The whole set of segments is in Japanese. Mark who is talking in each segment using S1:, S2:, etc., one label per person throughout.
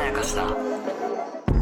S1: やかしだ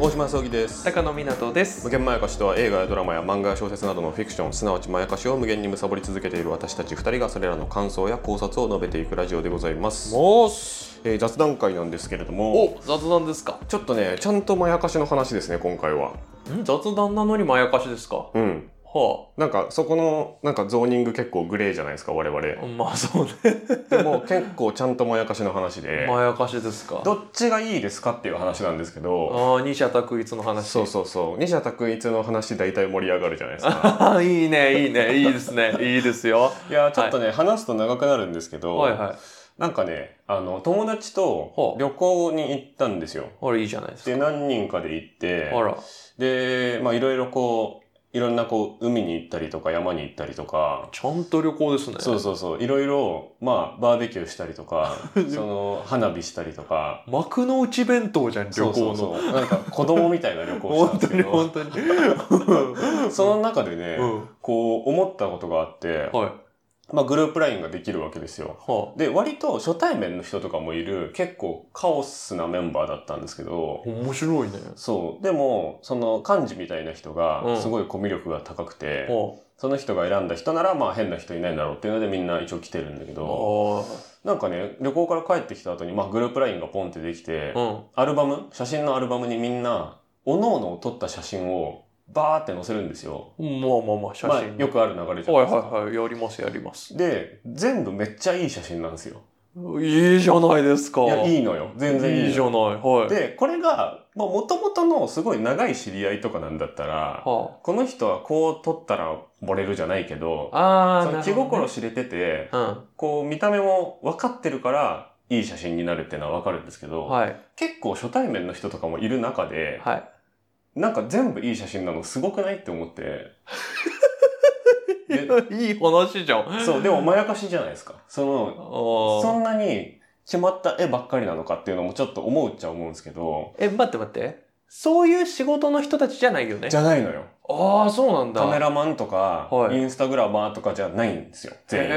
S2: 大島康之です
S3: 高野湊です
S2: 無限まやかしとは映画やドラマや漫画や小説などのフィクションすなわちまやかしを無限に貪り続けている私たち2人がそれらの感想や考察を述べていくラジオでございます、
S3: もーす
S2: えー雑談会なんですけれども
S3: お雑談ですか
S2: ちょっとねちゃんとまやかしの話ですね今回は
S3: ん雑談なのにまやかしですか
S2: うん
S3: は
S2: なんかそこのなんかゾーニング結構グレーじゃないですか我々
S3: あまあ そうね
S2: でも結構ちゃんとまやかしの話で
S3: まやかしですか
S2: どっちがいいですかっていう話なんですけ
S3: あ
S2: ど
S3: ー二者択一の話
S2: そうそうそう二者択一の話大体盛り上がるじゃないです か
S3: あーいいねいいねいいですねいいで すよ
S2: いやちょっとね、話すと長くなるんですけど、
S3: はいはい
S2: なんかねあの友達と
S3: ほう
S2: 旅行に行ったんですよ。
S3: あれいいじゃないです
S2: で何人かで行って
S3: かあら
S2: でまあいろいろこういろんなこう海に行ったりとか山に行ったりとか。
S3: ちゃんと旅行ですね
S2: そうそうそういろいろまあバーベキューしたりと かその花火したりとか
S3: 幕の内弁当じゃん旅行の
S2: そうそうそうなんか子供みたいな旅行をしたん
S3: 本
S2: で
S3: 当
S2: すけ
S3: に
S2: ど
S3: 本当に
S2: その中でね、
S3: うん
S2: こう思ったことがあって、
S3: はい
S2: まあ、グループ LINE ができるわけですよ。
S3: は
S2: で、割と初対面の人とかもいる結構カオスなメンバーだったんですけ
S3: あ
S2: ど、
S3: 面白いね
S2: そう。でも、その幹事みたいな人
S3: う
S2: が
S3: ん
S2: すごいコミュ力が高くて、
S3: は
S2: その人が選んだ人ならまあ変な人いないんだろうっていうのでみんな一応来てるんだけ
S3: あ
S2: ど、
S3: あ
S2: なんかね、旅行から帰ってきた後にまあグループ LINE がポンってできて
S3: ー、うん
S2: アルバム、写真のアルバムにみんな、おのの撮った写真をバーって載せるんですよ。
S3: まあまあまあ写
S2: まあ
S3: 真、
S2: よくある流れじゃな
S3: はいい
S2: ですか。
S3: はいはいやりますやります
S2: で、全部めっちゃいい写真なんですよ。
S3: いいじゃないですか
S2: いや、いいのよ。全然いいのよ
S3: いいじゃないはい
S2: でこれがもともとのすごい長い知り合いとかなんだったら
S3: は
S2: この人はこう撮ったら漏れるじゃないけど
S3: ああ
S2: そ
S3: ー
S2: の
S3: な
S2: 気
S3: るほど
S2: 心
S3: ね
S2: 知れてて
S3: うん
S2: こう見た目も分かってるからいい写真になるっていうのは分かるんですけど、
S3: はい
S2: 結構初対面の人とかもいる中で、
S3: はい
S2: なんか全部いい写真なのすごくないって思って で
S3: いい話じゃんあ
S2: そうでもまやかしじゃないですかそのそ
S3: あ
S2: んなに決まった絵ばっかりなのかっていうのもちょっと思うっちゃ思うんですけど
S3: え待って待ってそういう仕事の人たちじゃないよね
S2: じゃないのよ
S3: ああそうなんだ
S2: カメラマンとか、
S3: はい
S2: インスタグラマーとかじゃないんですよ全員。
S3: へ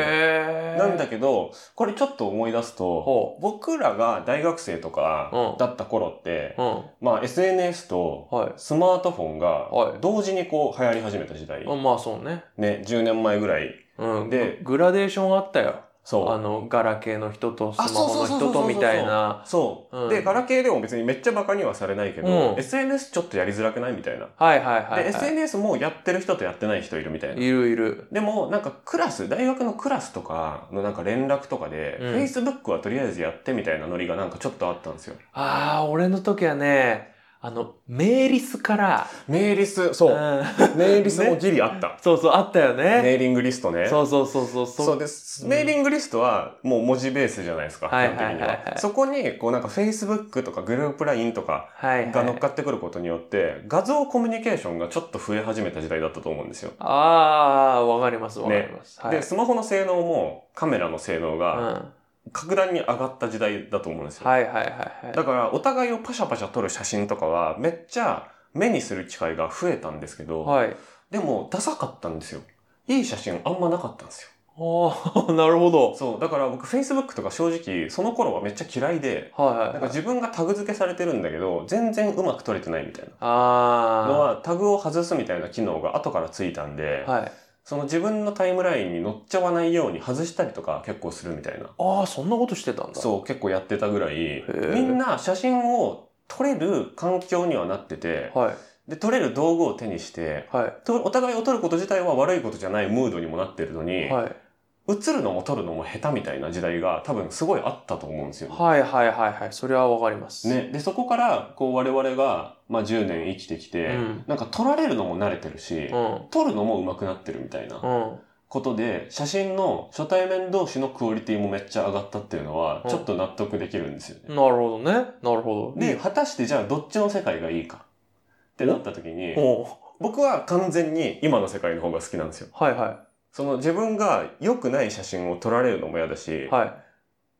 S3: え
S2: なんだけどこれちょっと思い出すと
S3: ほ
S2: 僕らが大学生とか
S3: うん
S2: だった頃って、
S3: うん
S2: まあ、SNS と
S3: はい
S2: スマートフォンが
S3: はい
S2: 同時にこう流行り始めた時代、
S3: あまあそうね
S2: ね、10年前ぐらい
S3: うん
S2: で
S3: でグラデーションあったよあ
S2: そ
S3: のガラケーの人とス
S2: あ
S3: マホの人とみたいな
S2: うそう、
S3: うん
S2: でガラケーでも別にめっちゃバカにはされないけど、
S3: うん
S2: SNS ちょっとやりづらくないみたいな、
S3: はいはいはい、はい、
S2: で SNS もやってる人とやってない人いるみたいない
S3: るいる
S2: でもなんかクラス大学のクラスとかのなんか連絡とかで、
S3: うん
S2: Facebook はとりあえずやってみたいなノリがなんかちょっとあったんですよ。
S3: ああ俺の時はねあのメーリスから
S2: メーリスそ
S3: うん
S2: メーリスもギリあった、
S3: そうそうあったよね
S2: メーリングリストね。
S3: そうそうそうそう
S2: そうです、メーリングリストはもう文字ベースじゃないですか、
S3: はいはいはいはい
S2: 基本的にはそこにこうなんか Facebook とかグループ LINE とか
S3: はい
S2: が
S3: は
S2: 乗っ
S3: い
S2: かってくることによって画像コミュニケーションがちょっと増え始めた時代だったと思うんですよ。
S3: ああーわかりますわかります、はい
S2: でスマホの性能もカメラの性能
S3: うん、
S2: が
S3: は
S2: 格段に上がった時代だと思うんです
S3: い
S2: よ。
S3: はいはいはい
S2: だからお互いをパシャパシャ撮る写真とかはめっちゃ目にする機会が増えたんですけど、
S3: はい
S2: でもダサかったんですよ。いい写真あんまなかったんですよ。
S3: ああなるほど
S2: そう、だから僕 Facebook とか正直その頃はめっちゃ嫌いで、
S3: はいはい
S2: なん
S3: は
S2: か
S3: い
S2: 自分がタグ付けされてるんだけど、全然うまく撮れてないみたいなの
S3: あ
S2: はタグを外すみたいな機能が後からついたんで、
S3: あはい
S2: その自分のタイムラインに乗っちゃわないように外したりとか結構するみたいな。
S3: ああそんなことしてたんだ
S2: そう、結構やってたぐらい、
S3: ー
S2: みんな写真を撮れる環境にはなってて、
S3: はい
S2: で、取れる道具を手にして、
S3: は
S2: とお互いを取ること自体は悪いことじゃないムードにもなってるの
S3: い
S2: に、
S3: はい
S2: 映るのも撮るのも下手みたいな時代が多分すごいあったと思うんですよ。
S3: はいはいはいはいそれはわかります
S2: ね、で、そこから、こう我々が、まあ10年生きてきて、
S3: うん
S2: なんか撮られるのも慣れてるし、
S3: うん
S2: 撮るのも上手くなってるみたいな
S3: うん
S2: ことで、写真の初対面同士のクオリティもめっちゃ上がったっていうのは
S3: う、ん
S2: ちょっと納得できるんですよね。
S3: なるほどねなるほど
S2: で、果たしてじゃあどっちの世界がいいかってなった時に、
S3: おう
S2: 僕は完全に今の世界の方が好きなんですよ。
S3: はいは
S2: その自分が良くない写真を撮られるのも嫌だし、
S3: いはい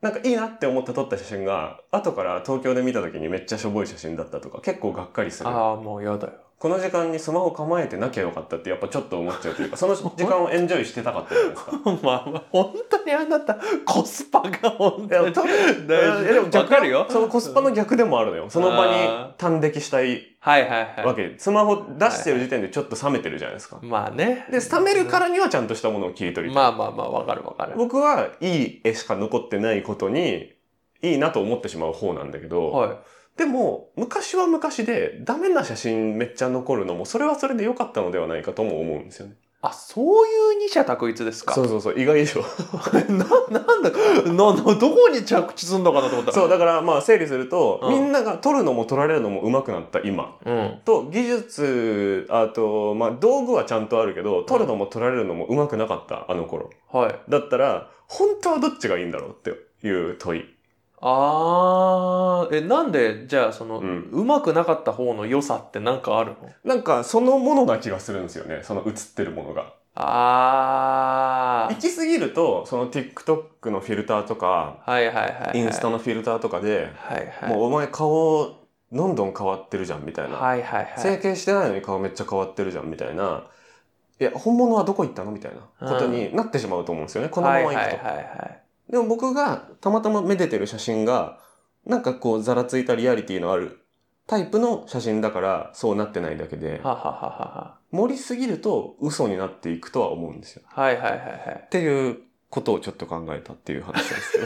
S2: なんかいいなって思って撮った写真が、後から東京で見た時にめっちゃしょぼい写真だったとか、結構がっかりする
S3: ああもうやだよ
S2: この時間にスマホ構えてなきゃよかったってやっぱちょっと思っちゃうと いうかその時間をエンジョイしてたかったじゃないですか。
S3: まあまあ、本当にあなた、コスパが本
S2: いや
S3: 当に。
S2: 多分
S3: 大事
S2: い やでも逆
S3: わかるよ
S2: そのコスパの逆でもあるのよその場に端的したい
S3: はいはい
S2: わ
S3: は
S2: けスマホ出してる時点でちょっと冷めてるじゃないですか
S3: い。まあね。
S2: で冷めるからにはちゃんとしたものを切り取りたい
S3: まあまあまあ、わかるわかる。
S2: 僕はいい絵しか残ってないことにいいなと思ってしまう方なんだけど、
S3: はい。
S2: でも昔は昔でダメな写真めっちゃ残るのもそれはそれで良かったのではないかとも思うんですよね
S3: あ、そういう二者択一ですか。
S2: そうそうそう意外でしょ
S3: な、なんだか、な、な、どこに着地すんのかなと思った。
S2: そうだからまあ整理すると、
S3: うん
S2: みんなが撮るのも撮られるのも上手くなった今
S3: うん。
S2: と技術あと、まあ、道具はちゃんとあるけど取るのも取られるのもうまくなかったあの頃
S3: はい。
S2: だったら本当はどっちがいいんだろうっていう問い
S3: あー、え、なんで、じゃあ、その、
S2: う
S3: うんまくなかった方の良さってなんかあるの
S2: なんかそのものな気がするんですよねその映ってるものが
S3: あ
S2: 行
S3: ー。
S2: き過ぎるとその TikTok のフィルターとか
S3: はいはいはい、はい。
S2: インスタのフィルターとかで、
S3: はいはい。
S2: もうお前顔どんどん変わってるじゃんみたいな、
S3: はいはいはい。
S2: 整形してないのに顔めっちゃ変わってるじゃんみたいないや本物はどこ行ったのみたいなことになってしまうと思うんですよね、このままいくと。
S3: はいはいはいはい。
S2: でも僕がたまたまめでてる写真が、なんかこう、ざらついたリアリティのあるタイプの写真だから、そうなってないだけで
S3: は、ははは
S2: 盛りすぎると嘘になっていくとは思うんですよ。
S3: は。はいはいはいはい。
S2: っていうことをちょっと考えたっていう話です よ。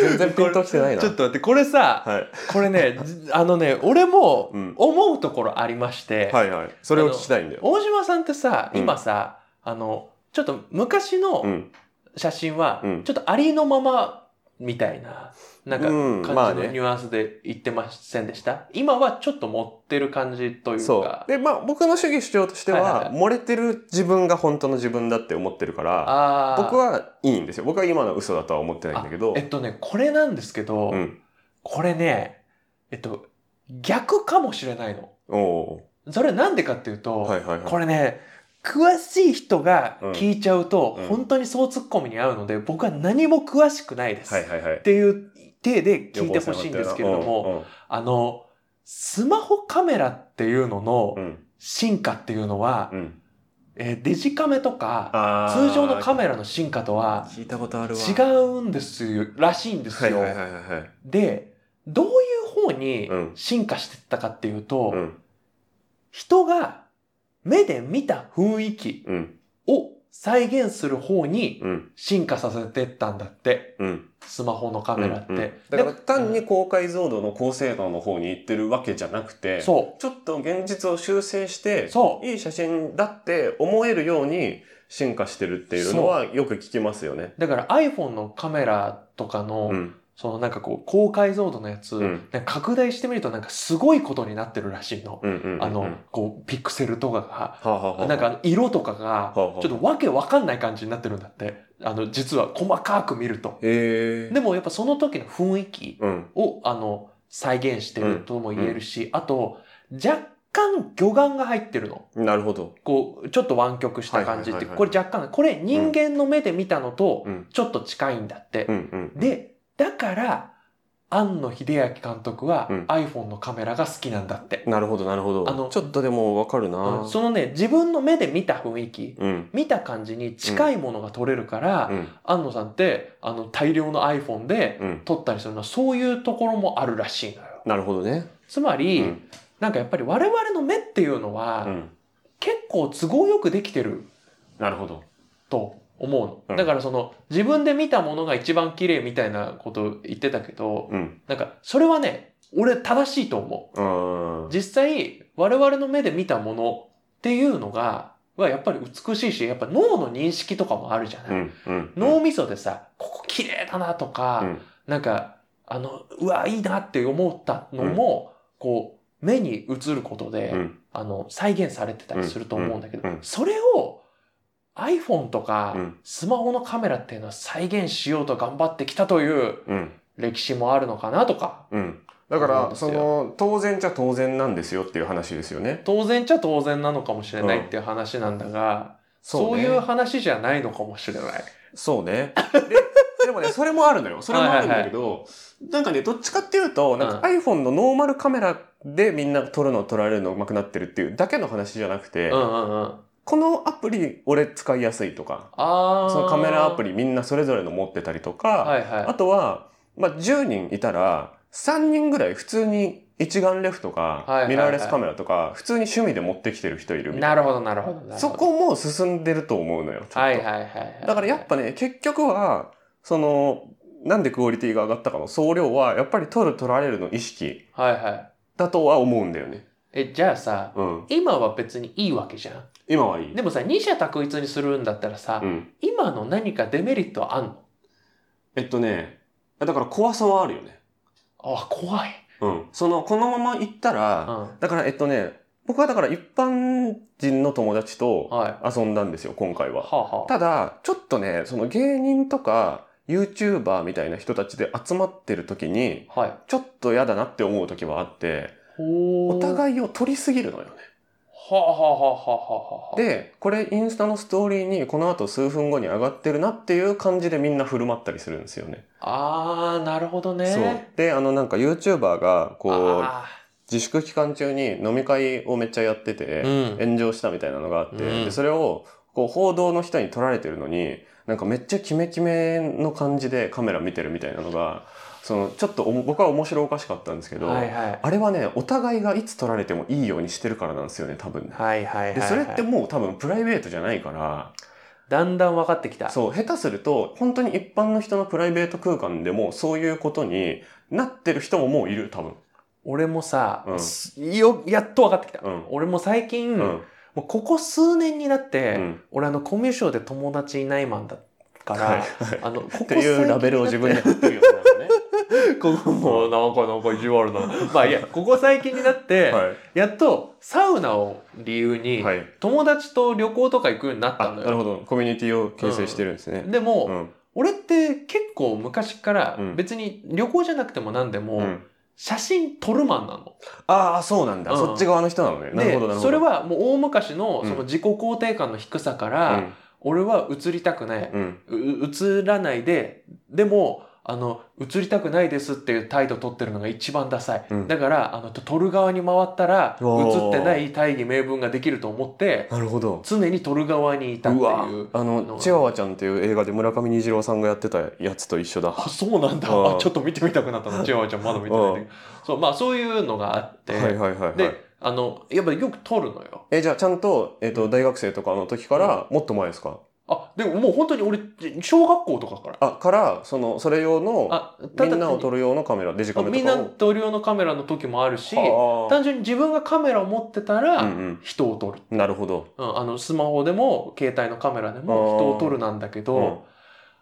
S2: 全然ピンときてないな。
S3: ちょっと待って、これさ、
S2: はい。
S3: これね、じあのね、俺も
S2: うん
S3: 思うところありまして、
S2: はいはい。それを聞きたいんだよ。
S3: 大島さんってさ、
S2: うん
S3: 今さ、あの、ちょっと昔
S2: う
S3: の
S2: ん。
S3: 写真は
S2: うん、
S3: ちょっとありのままみたいな、なんか
S2: うんまあ
S3: 感じ
S2: ね
S3: のニュアンスで言ってませんでした、今はちょっと持ってる感じという
S2: そう
S3: か。。
S2: で、まあ僕の主義主張として
S3: はいはい
S2: は、
S3: は
S2: 漏れてる自分が本当の自分だって思ってるから、
S3: あー
S2: 僕はいいんですよ。僕は今の嘘だとは思ってないんだけど
S3: え、っとね、これなんですけど、
S2: うん。
S3: これね、えっと、逆かもしれないの。
S2: おお
S3: それなんでかっていうと、
S2: ー。はいはいはい。
S3: これね、詳しい人が聞いちゃうと、
S2: うん
S3: 本当にそうツッコミに合うので、僕は何も詳しくないです。
S2: はい
S3: っ
S2: はいはい。
S3: ていう体で聞いてほしいんですけれども、あの、スマホカメラっていうのの
S2: うん、うん
S3: 進化っていうのは、
S2: うん
S3: えーデジカメとか、
S2: あー
S3: 通常のカメラの進化とは
S2: 聞いたことあるわ。
S3: 違うんですよ、らしいんです
S2: はい
S3: よ。
S2: はいはいはいはい。
S3: で、どういう方に
S2: うん
S3: 進化してったかっていうと、
S2: うん
S3: 人が目で見た雰囲気
S2: うん
S3: を再現する方に
S2: うん
S3: 進化させてったんだって、
S2: うん。
S3: スマホのカメラって。
S2: うんうんだから
S3: で
S2: 単に高解像度の高精度の方に行ってるわけじゃなくて、
S3: そ
S2: ちょっと現実を修正して
S3: う、、そう。
S2: いい写真だって思えるように進化してるっていうのはよく聞きますよね。
S3: だから iPhone のカメラとかの、
S2: うん
S3: そのなんかこう、高解像度のやつ、
S2: うん
S3: なんか拡大してみるとなんかすごいことになってるらしいの。
S2: うんうんうん
S3: あの、
S2: は
S3: こう、ピクセルとかが。
S2: あはあはあ
S3: なんかあの色とかが、
S2: あ
S3: ち
S2: は
S3: ょ
S2: あ
S3: っとわけわかんない感じになってるんだって。あの、実は細かく見ると。
S2: へえ。
S3: でもやっぱその時の雰囲気
S2: うん
S3: を、あの、再現してるとも言えるし、あと、若干魚眼が入ってるの。
S2: なるほど。
S3: こう、ちょっと湾曲した感じっ
S2: はいはいは
S3: て、
S2: いはい
S3: これ若干、これ人間の目で見たのと
S2: うん、
S3: ちょっと近いんだって
S2: う。んうん。
S3: で、だから、庵野秀明監督は
S2: うん
S3: iPhone のカメラが好きなんだって。
S2: なるほどなるほど。
S3: あの
S2: ちょっとでもわかるな。
S3: そのね、自分の目で見た雰囲気、
S2: うん
S3: 見た感じに近いものが撮れるから、
S2: うん
S3: 庵野さんって、あの、大量の iPhone で
S2: うん。
S3: 撮ったりするのは、そういうところもあるらしいのよ。
S2: なるほどね。
S3: つまり、
S2: うん
S3: なんかやっぱり我々の目っていうのは、
S2: うん
S3: 結構都合よくできてる
S2: なるほど。
S3: と思うの、
S2: うん
S3: だからその自分で見たものが一番綺麗みたいなこと言ってたけど
S2: うん。
S3: なんかそれはね俺正しいと思
S2: うん
S3: う。実際我々の目で見たものっていうのがはやっぱり美しいしやっぱ脳の認識とかもあるじゃない、
S2: うん。うん。
S3: 脳みそでさここ綺麗だなとか、
S2: うん
S3: なんかあのうわいいなって思ったのも、こう目に映ることで、
S2: うん
S3: あの再現されてたりすると思うんだけど、
S2: うんうんうん
S3: それを iPhone とか
S2: うん
S3: スマホのカメラっていうのは再現しようと頑張ってきたという
S2: うん。
S3: 歴史もあるのかなとか
S2: うん。だか
S3: そうなん
S2: ら、
S3: ですよ
S2: その、当然じゃ当然なんですよっていう話ですよね。
S3: 当然っちゃ当然なのかもしれないっていう話なんだが、そう
S2: ね
S3: いう話じゃないのかもしれない。
S2: そうね。でも ね、それもあるのよ。それもあるんだけど、なんかね、どっちかっていうと、なんか iPhone のノーマルカメラでみんな撮るの撮られるの上手くなってるっていうだけの話じゃなくて、
S3: うんうんうん。
S2: このアプリ俺使いやすいとか、
S3: ああ。
S2: そのカメラアプ
S3: リ。
S2: リみんなそれぞれの持ってたりとか、
S3: はいはい。
S2: あとは、まあ、10人いたら、3人ぐらい普通に一眼レフとか、
S3: はいはいはい
S2: ミラーレスカメラとか、普通に趣味で持ってきてる人いるみたい
S3: なるほど、なるほど。なるほ
S2: な。
S3: ど
S2: そ。こも進んでると思うのよ。ちょっと
S3: はいはいはいはい。
S2: だからやっぱね、結局は、その、なんでクオリティが上がったかの総量は、やっぱり取る取られるの意識
S3: はいはい。
S2: だとは思うんだよね。
S3: え、じゃあさ、
S2: うん。
S3: 今は別にいいわけじゃん。
S2: 今はいい。
S3: でもさ、二者択一にするんだったらさ、
S2: うん。
S3: 今の何かデメリットあんの
S2: えっとね、だから怖さはあるよね。
S3: あ、怖い。
S2: うん。その、このまま行った
S3: うん。
S2: ら、
S3: は
S2: だからえっとね、僕はだから一般人の友達
S3: い。
S2: と
S3: は
S2: 遊んだんですよ、今回
S3: あ
S2: は。
S3: はあ。
S2: ただ、ちょっとね、その芸人とか、YouTuber みたいな人たちで集まってる時に、
S3: はい。
S2: ちょっと嫌だなって思う時はあって、
S3: お
S2: お
S3: い。
S2: 互いを取りすぎるのよね。
S3: はあはあはあはあはあ。、
S2: で、これインスタのストーリーにこの後数分後に上がってるなっていう感じでみんな振る舞ったりするんですよね。
S3: あー、なるほどね。
S2: そう。で、あのなんか YouTuber がこう
S3: あ
S2: 自粛期間中に飲み会をめっちゃやってて、
S3: ーうん。
S2: 炎上したみたいなのがあって、
S3: うん
S2: でそれをこう報道の人に撮られてるのになんかめっちゃキメキメの感じでカメラ見てるみたいなのがそのちょっとおも僕は面白おかしかったんですけど、
S3: はいはい。
S2: あれはねお互いがいつ撮られてもいいようにしてるからなんですよね多分ね。
S3: はいはいはいはい。
S2: でそれってもう多分プライベートじゃないから
S3: だんだん分かってきた。
S2: そう下手すると本当に一般の人のプライベート空間でもそういうことになってる人ももういる多分。
S3: 俺もさ、
S2: うん
S3: すよやっと分かってきた、
S2: うん
S3: 俺も最近、
S2: う
S3: も
S2: ん
S3: うここ数年になって、
S2: うん
S3: 俺あのコミュ障で友達いないマンだから、
S2: はい
S3: あのここ
S2: っていうラベルを自分で貼ってるよねなんか
S3: ここもうなんかなんか意地悪な まあいいやここ最近になって、
S2: ね。
S3: やっとサウナを理由に、
S2: はい。はい
S3: 友達と旅行とか行くようになった
S2: あ、
S3: の
S2: なる
S3: よ
S2: ほど。コミュニティを形成してるんですね。
S3: でも、
S2: うん。
S3: 俺って結構昔から
S2: うん
S3: 別に旅行じゃなくても何でも、
S2: うん
S3: 写真撮るマンなの
S2: ああ、そうなんだ、
S3: うん
S2: そっち側の人なのね。なる
S3: で
S2: ほど、なるほど。
S3: それ、はもう大昔の
S2: うん
S3: その自己肯定感の低さから、俺は映りたくない、
S2: うん。うん。
S3: う映らないででもあの映りたくないですっていう態度取ってるのが一番ダサい、
S2: うん
S3: だからあのと撮る側に回ったら
S2: うわー
S3: 映ってない大義名分ができると思って
S2: なるほど。
S3: 常に撮る側にいたって
S2: う
S3: い
S2: わ
S3: う。
S2: あの、チワワちゃんっていう映画で村上虹郎さんがやってたやつと一緒だ。
S3: あそうなんだ
S2: うん
S3: あちょっと見てみたくなった の千代ちゃんまだ見てないんだけどそうまあそういうのがあって、
S2: はいはいはい、はい。
S3: であのやっぱよく撮るのよ
S2: え、じゃあちゃんと、えっ、と、大学生とかの時から、もっと前ですか
S3: あでももう本当に俺小学校とかから
S2: あ、から、その、それ用の、
S3: あ
S2: みんなを撮る用のカメラ、デジカメ
S3: みん
S2: とか
S3: な
S2: を。
S3: 同僚のカメラの時もあるし、
S2: は
S3: 単純に自分がカメラを持ってた
S2: あう
S3: ら、
S2: ん
S3: 人を撮る。
S2: うん。なるほど。
S3: うん、あの、スマホでも、携帯のカメラでも、
S2: あー
S3: 人を撮るなんだけ
S2: うん
S3: ど、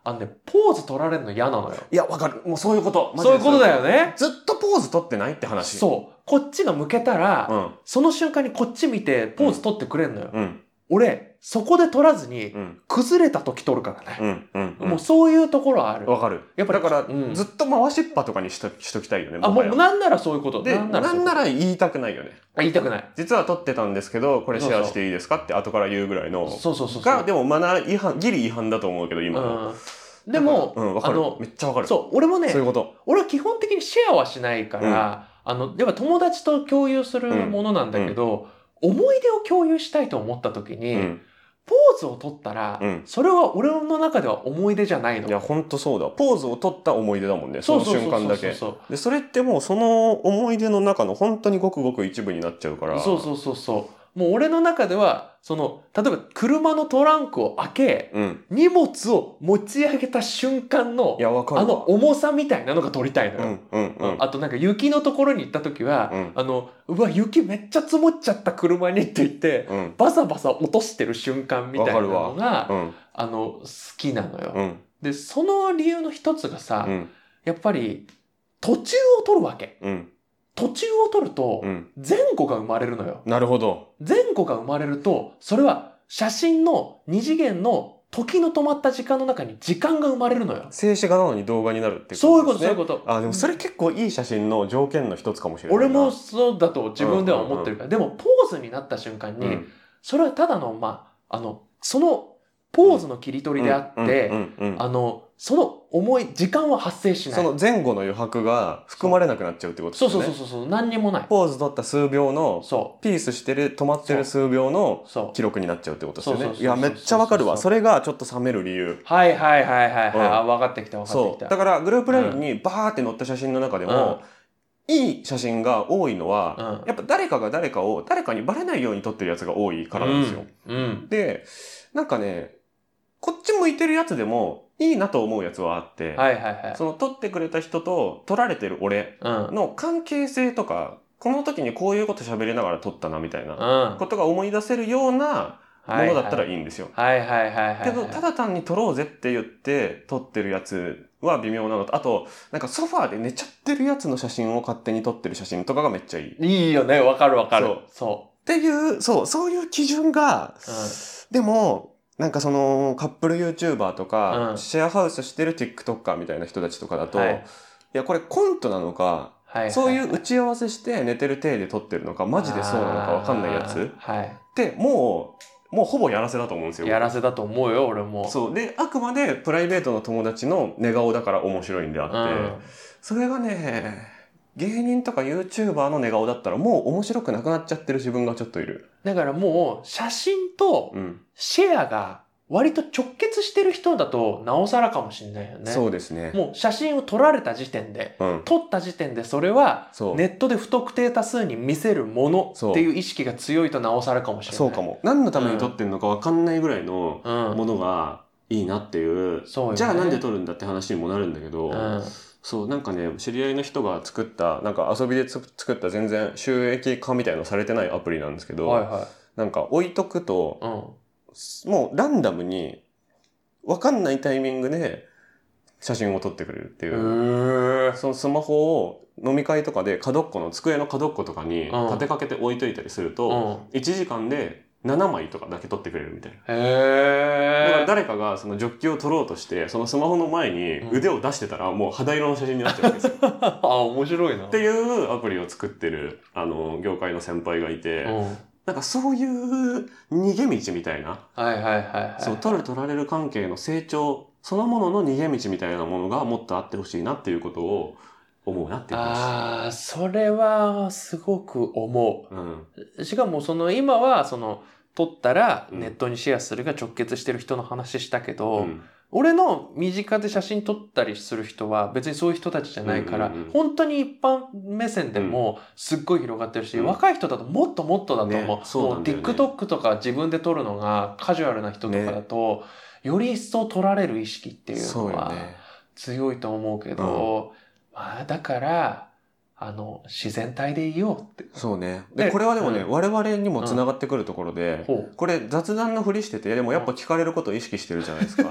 S3: あのね、ポーズ撮られるの嫌なのよ。
S2: いや、わかる。もうそういうこと。マジ
S3: そう
S2: で
S3: いうことだよね。
S2: ずっとポーズ取ってないって話。
S3: そう。こっちが向けたら、
S2: ん。
S3: その瞬間にこっち見て、ポーズ撮ってくれんのよ。
S2: うん。
S3: 俺、そこで撮らずに
S2: う、ん。
S3: 崩れた時撮るからね。
S2: うん。うん。うん
S3: もうそういうところはある。
S2: わかる。
S3: やっぱり
S2: だから、
S3: うん
S2: ずっと回しっぱとかにしとしときたいよね。
S3: あ、も
S2: はや
S3: うなんならそういうこと。
S2: で、
S3: なんなら
S2: な
S3: そうい
S2: ん
S3: うこ
S2: な
S3: と。
S2: ら言いたくないよね。
S3: あ言いたくない。
S2: 実は撮ってたんですけど、これシェアしていいですかって後から言うぐらいの。
S3: そうそうそうそう。
S2: が、でもマナー違反、ギリ違反だと思うけど、今の。
S3: うん、でも、
S2: うん、わか
S3: あ
S2: る。
S3: の
S2: めっちゃわかる。
S3: そう俺もね
S2: そういうこと。
S3: 俺は基本的にシェアはしないから、あのやっぱ友達と共有するものなんだけど、思い出を共有したいと思った時に、
S2: うん。
S3: ポーズを取ったら、
S2: うん
S3: それは俺の中では思い出じゃないの。
S2: いや、ほんとそうだ。ポーズを取った思い出だもんね。そ
S3: そう
S2: の
S3: そうそう
S2: 瞬間だけ。
S3: そう
S2: で、それってもうその思い出の中の本当にごくごく一部になっちゃうから。
S3: そうそうそうそうそうもう俺の中ではその例えば車のトランクを開け
S2: うん。
S3: 荷物を持ち上げた瞬間の
S2: いや、わかる
S3: あ
S2: わ。
S3: の重さみたいなのが取りたいのよ。
S2: うん、うん、うん。
S3: あとなんか雪のところに行った時は、
S2: うん
S3: あの、うわ、雪めっちゃ積もっちゃった車にって言って、
S2: うん、
S3: バサバサ落としてる瞬間みたいなの
S2: わ
S3: が、
S2: うん、
S3: あの、好きなのよ、
S2: うん、
S3: で、その理由の一つがさ、
S2: うん、
S3: やっぱり、途中を取るわけ。
S2: うん、
S3: 途中を取ると
S2: う、ん。
S3: 前後が生まれるのよ。
S2: なるほど。
S3: 前後が生まれると、それは写真の二次元の時の止まった時間の中に時間が生まれるのよ。
S2: 静止画なのに動画になるって
S3: そういうこと、
S2: で
S3: そ
S2: す
S3: うい
S2: ね
S3: うこと。
S2: あ、でもそれ結構いい写真の条件の一つかもしれないな。
S3: 俺もそうだと自分では思ってるから、でもポーズになった瞬間
S2: う
S3: に、
S2: ん、
S3: それはただのまああのそのポーズの切り取りであって、
S2: うんうんうんうん
S3: あのその思い、時間は発生しな
S2: そ
S3: い。
S2: の前後の余白が含まれなくなっちゃうってことです
S3: そう
S2: よね。
S3: そうそうそうそう、何にもない。
S2: ポーズ取った数秒の、
S3: そ
S2: ピースしてる、止まってる数秒の
S3: う、そ
S2: 記録になっちゃうってことですよ
S3: そうそう
S2: ね。
S3: そう
S2: いや、めっちゃわかるわ。
S3: そ
S2: それがちょっと冷める理由。
S3: う。はいはいはいはい、はい
S2: うん
S3: あ。分かってきた分かっ
S2: そ
S3: て
S2: う。
S3: き
S2: だ
S3: た。
S2: から、グループラインにバーって載った写真の中でも、いい写真が多いの
S3: う
S2: は、
S3: ん。
S2: やっぱ誰かが誰かを、誰かにバレないように撮ってるやつが多いからなんですよ。
S3: うん。うん。
S2: で、なんかね、こっち向いてるやつでも、いいなと思うやつはあって、
S3: はいはいはい。
S2: その撮ってくれた人と撮られてる俺
S3: うん。うん。
S2: の関係性とか、この時にこういうこと喋りながら撮ったなみたいな
S3: も
S2: ことが思い出せるようなものだったらいいんですよ。
S3: はいはいはいはい。
S2: けど、ただ単に撮ろうぜって言って撮ってるやつは微妙なのと、あと、なんかソファーで寝ちゃってるやつの写真を勝手に撮ってる写真とかがめっちゃいい。っ
S3: いいよね、わかるわかる。そ
S2: ていう、そう、そういう基準が
S3: う。
S2: でも、なんかそのカップル YouTuber とか、
S3: うん
S2: シェアハウスしてる TikToker みたいな人たちとかだと、
S3: はい
S2: い、やこれコントなのか、
S3: はは
S2: そういう打ち合わせして寝てる体で撮ってるのかマジでそうなのかわかんないやつ
S3: あーは
S2: ってもうもうほぼやらせだと思うんですよ。
S3: い。やらせだと思うよ、俺も。
S2: そうであくまでプライベートの友達の寝顔だから面白いんであ
S3: う
S2: って、
S3: ん。
S2: それがね芸人とか YouTuber の寝顔だったらもう面白くなくなっちゃってる自分がちょっといる。
S3: だからもう、写真と
S2: うん
S3: シェアが割と直結してる人だと、なおさらかもしれないよね。
S2: そうですね。
S3: もう写真を撮られた時点で、
S2: うん、
S3: 撮った時点でそれは、
S2: そう
S3: ネットで不特定多数に見せるもの
S2: そう
S3: っていう意識が強いとなおさらかもしれない。
S2: そうか。も。何のために撮ってるのか分かんないぐらいの
S3: うん。
S2: ものがいいなっていう。
S3: そうよね
S2: じゃあなんで撮るんだって話にもなるんだけど、
S3: うん。
S2: そう、なんかね、知り合いの人が作った、なんか遊びでつ作った全然収益化みたいのされてないアプリなんですけど、
S3: はいは
S2: なんか置いとくと、
S3: い。うん。
S2: もうランダムに分かんないタイミングで写真を撮ってくれるっていう。
S3: へ
S2: そのスマホを飲み会とかで角っこの机の角っことかに立てかけて置いといたりすると、
S3: うん。
S2: 1時間で7枚とかだけ撮ってくれるみたいな。だから
S3: へえ。
S2: 誰かがそのジョッキを取ろうとしてそのスマホの前に腕を出してたらもう肌色の写真になっちゃうんです よ。っ
S3: あ、面白いな。
S2: ていうアプリを作ってるあの業界の先輩がいて、
S3: うん。はい
S2: なんかそういう逃げ道みたいな、
S3: はいはいはい。
S2: そう取る取られる関係の成長そのものの逃げ道みたいなものがもっとあってほしいなっていうことを思うなっていう話。
S3: ああ、それはすごく思
S2: うん、
S3: う。しかもその今はその撮ったら
S2: うん
S3: ネットにシェアするが直結してる人の話したけど、
S2: うん
S3: 俺の身近で写真撮ったりする人は別にそういう人たちじゃないから、
S2: うんうんうん
S3: 本当に一般目線でもすっごい広がってるし、
S2: うん
S3: 若い人だともっともっとだと思う。
S2: ねそうなんだよね
S3: もう TikTok とか自分で撮るのがカジュアルな人とかだと、より一層撮られる意識っていう
S2: そ
S3: の
S2: うよ
S3: は
S2: ね。
S3: 強いと思うけど、まあだから、あの、自然体でいよ うって。
S2: そうね。で
S3: で
S2: これはでもね、
S3: うん
S2: 我々にもつながってくるところで、
S3: ほう。
S2: これ雑談のふりしててでもやっぱ聞かれることを意識してるじゃないです か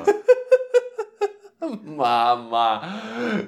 S3: まあまあ、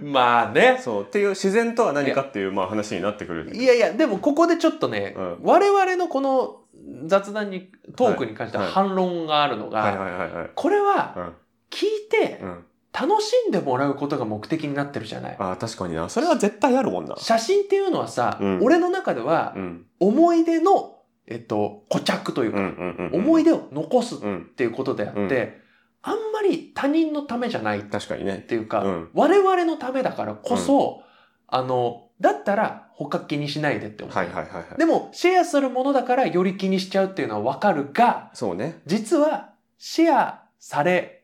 S3: まあね。
S2: そうっていう自然とは何かっていうまあ話になってくる
S3: いやいや、でもここでちょっとね、
S2: うん
S3: 我々のこの雑談に、トークに関しては
S2: はい
S3: 反論があるのが、
S2: はいはいはいはい
S3: これは聞いて
S2: うんうん
S3: 楽しんでもらうことが目的になってるじゃない。
S2: あー確かになそれは絶対あるもんな
S3: 写真っていうのはさ、
S2: うん
S3: 俺の中では
S2: うん
S3: 思い出の、えっと、固着という
S2: うんう
S3: か、
S2: んうん
S3: 思い
S2: 出
S3: 出を残す
S2: うん
S3: っていうことであって、
S2: うん
S3: あんまり他人のためじゃないっ
S2: 確かにね
S3: ていうか、
S2: うん
S3: 我々のためだからこそ、あの、だったら他気にしないでって思う。
S2: はいはいはいはい
S3: でも、シェアするものだからより気にしちゃうっていうのはわかるが、
S2: そうね
S3: 実はシェアされ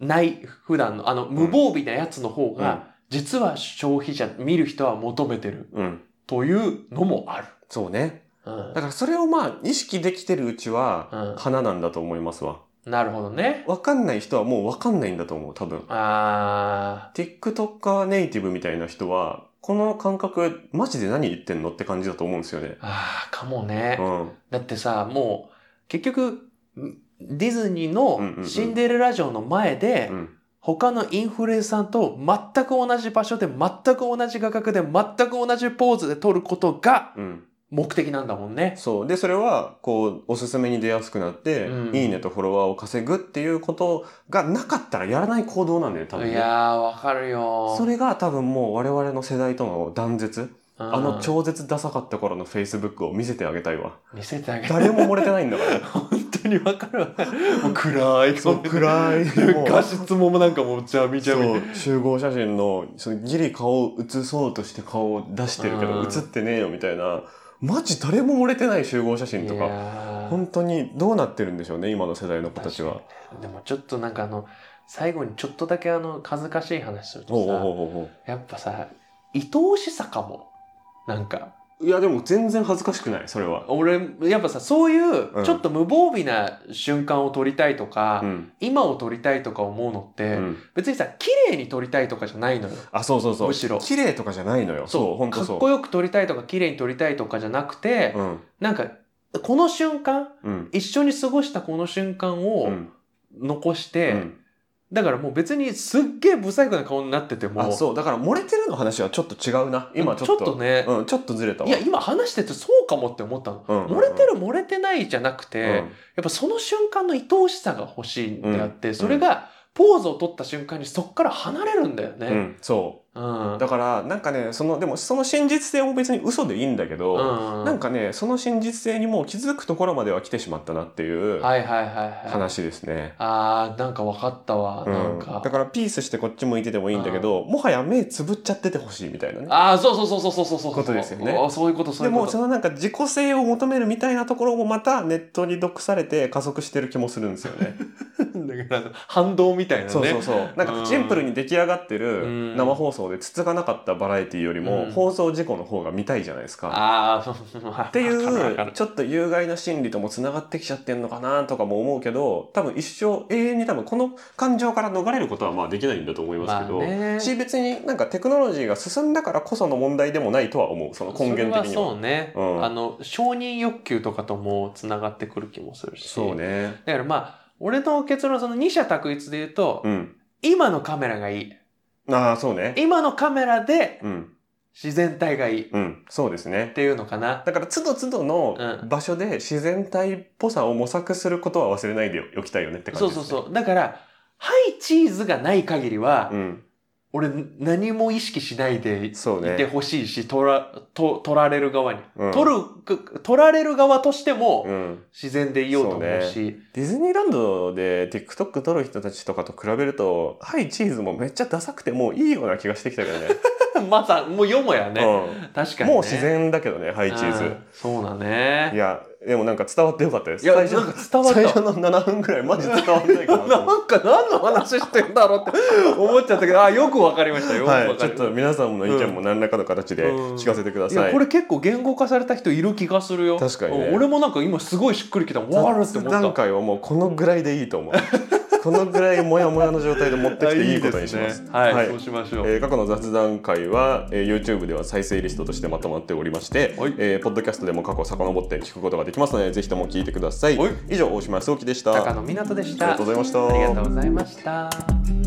S3: ない普段のあの無防備なやつの方が、実は消費者、見る人は求めてる
S2: うんうん
S3: というのもある。
S2: そうね
S3: うん
S2: だからそれをまあ意識できてるうち
S3: うん
S2: は花なんだと思いますわ
S3: なるほどね。
S2: わかんない人はもうわかんないんだと思う多分
S3: あ
S2: TikToker ネイティブみたいな人はこの感覚マジで何言ってんのって感じだと思うんですよね
S3: ー、あーかもね。
S2: うん
S3: だってさ、もう、結局、んディズニー
S2: うんうんう
S3: の
S2: ん
S3: シンデレラ城の前で、
S2: うん
S3: 他のインフルエンサーと全く同じ場所で、全く同じ画角で、全く同じポーズで撮ることが
S2: うん、
S3: 目的なんだもんね。
S2: そうでそれはこうおすすめに出やすくなって、
S3: うん
S2: いいねとフォロワーを稼ぐっていうことがなかったらやらない行動なんだよ多分
S3: い
S2: ね
S3: やー、わかるよ
S2: それが多分もう我々の世代との断絶
S3: うん
S2: あの超絶ダサかった頃の Facebook を見せてあげたいわ
S3: 見せてあげる。
S2: 誰も漏れてないんだから
S3: 本当に分からない。 もう暗 い
S2: そ
S3: 感
S2: う
S3: じ。
S2: 暗いもう
S3: 画質もなんかもうちゃみちゃみ。
S2: そう集合写真のそのギリ顔を写そうとして顔を出してるけど
S3: うん
S2: 写ってねえよみたいなマジ誰も漏れてない集合写真と
S3: い
S2: か
S3: やー
S2: 本当にどうなってるんでしょうね今の世代の子たちは。
S3: でもちょっとなんかあの、最後にちょっとだけあの、恥ずかしい話する
S2: ほう
S3: と
S2: ほう
S3: さ、
S2: ほうほ
S3: やっぱさ、愛おしさかも。なんか、
S2: ういやでも全然恥ずかしくないそれは。
S3: 俺、やっぱさ、そういうう、
S2: ん
S3: ちょっと無防備な瞬間を撮りたいとか、
S2: うん
S3: 今を撮りたいとか思うのって、
S2: うん
S3: 別にさ、綺麗に撮りたいとかじゃないのよ。
S2: あそうそうそう
S3: むしろ
S2: 綺麗とかじゃないのよそう本
S3: か
S2: 当
S3: っ
S2: そう。
S3: こよく撮りたいとか、綺麗に撮りたいとかじゃなくて、
S2: うん
S3: なんか、この瞬間、
S2: うん
S3: 一緒に過ごしたこの瞬間
S2: う
S3: を
S2: ん
S3: 残し
S2: う
S3: て、
S2: ん
S3: だからもう別にすっげえ不細工な顔になってても、
S2: あそうだから漏れてるの話はちょっと違うな今ちょっと
S3: ね、
S2: うん、ちょっとずれたわ
S3: いや今話しててそうかもって思ったの、
S2: うんうんうん
S3: 漏れてる漏れてないじゃなくて、
S2: う
S3: や
S2: ん
S3: っぱその瞬間の愛おしさが欲しいんであって、
S2: ん
S3: それがポーズを取った瞬間にそっから離れるんだよね、
S2: うん、そう
S3: うん
S2: だからなんかねそのでもその真実性も別に嘘でいいんだけど、
S3: うん
S2: なんかねその真実性にもう気づくところまでは来てしまったなっていう
S3: はいはいはいはい
S2: 話ですね。
S3: あーなんか分かったわ、
S2: うん
S3: なんか
S2: だからピースしてこっち向いててもいいんだけど、もはや目つぶっちゃっててほしいみたいなね。
S3: ああそうそうそうそうそうそうそう
S2: ことですよね
S3: あそういうことそう
S2: で
S3: いうこ
S2: も
S3: と
S2: そのなんか自己性を求めるみたいなところもまたネットに毒されて加速してる気もするんですよね。
S3: だからあの反動みたいなね
S2: そうそうそう。なん
S3: う
S2: か
S3: ん
S2: シンプルに出来上がって
S3: う
S2: る
S3: ん
S2: 生放送でつつがなかったバラエティより
S3: う
S2: も
S3: ん
S2: 放送事故の方が見たいじゃないですか。
S3: ああっ
S2: ってい
S3: わかるわか
S2: う
S3: る
S2: ちょっと有害な心理ともつながってきちゃってんのかなとかも思うけど多分一生永遠に多分この感情から逃れることはまあできないんだと思いますけど、
S3: まあね
S2: し別になんかテクノロジーが進んだからこその問題でもないとは思うその根源的に
S3: それは
S2: は。
S3: そうね、
S2: うん
S3: あの承認欲求とかともつながってくる気もするし
S2: そうね、
S3: だからまあ俺の結論その二者択一で言うと、
S2: うん、
S3: 今のカメラがいい
S2: ああそうね、
S3: 今のカメラで
S2: うん
S3: 自然体がいいっ
S2: うん、そうですね
S3: ていうのかな
S2: だから都度都度の
S3: うん
S2: 場所で自然体っぽさを模索することは忘れないでおきたいよねって感じ
S3: そ
S2: で
S3: う
S2: す、
S3: そ
S2: ね、
S3: うそうだからはいチーズがない限りは、
S2: うん、
S3: 俺何も意識しないでい
S2: そうね
S3: てほしいし取らと取られる側に、
S2: うん
S3: 取る取られる側としても、
S2: うん
S3: 自然でいようと思う
S2: そ
S3: し
S2: ディズニーランドで TikTok 撮る人たちとかと比べると、はい、チーズもめっちゃダサくてもういいような気がしてきたけどね。
S3: まさもうよも やね、
S2: う
S3: 確か
S2: ん、
S3: に、
S2: も
S3: ね、
S2: う自然だけどね、はい、チー
S3: う
S2: ズ
S3: ん。そうだ
S2: い
S3: ね
S2: や、でもなんか伝わってよかったです。
S3: いや
S2: 最初
S3: なんか伝わった
S2: 最初の7分くらいマジ伝わんないかなと思っ
S3: なんか何の話してんだろうって思っちゃったけどあよくわかりました
S2: て。
S3: よくわ
S2: は
S3: かり
S2: い、
S3: まし
S2: ち
S3: た
S2: ょっと皆さんの意見も何らかの形で
S3: うん
S2: 聞かせてくだ
S3: い
S2: さ
S3: や
S2: い。
S3: これ結構言語化された人いる気がするよ
S2: 確かにね
S3: うん俺もなんか今すごいしっくりきたわかるって
S2: 雑
S3: 思った
S2: 談会はもうこのぐらいでいいと思う。このぐらいモヤモヤの状態で持ってきていいことにしま。
S3: ですねはい、そうしましょう、
S2: えー過去の雑談会は、えー YouTube では再生リストとしてまとまっておりまして、
S3: はい
S2: えーポッドキャストでも過去を遡って聞くことができますのでぜひとも聞いてください
S3: はい
S2: 以上大島康之でした
S3: 高野湊斗でした
S2: ありがとうございました
S3: ありがとうございました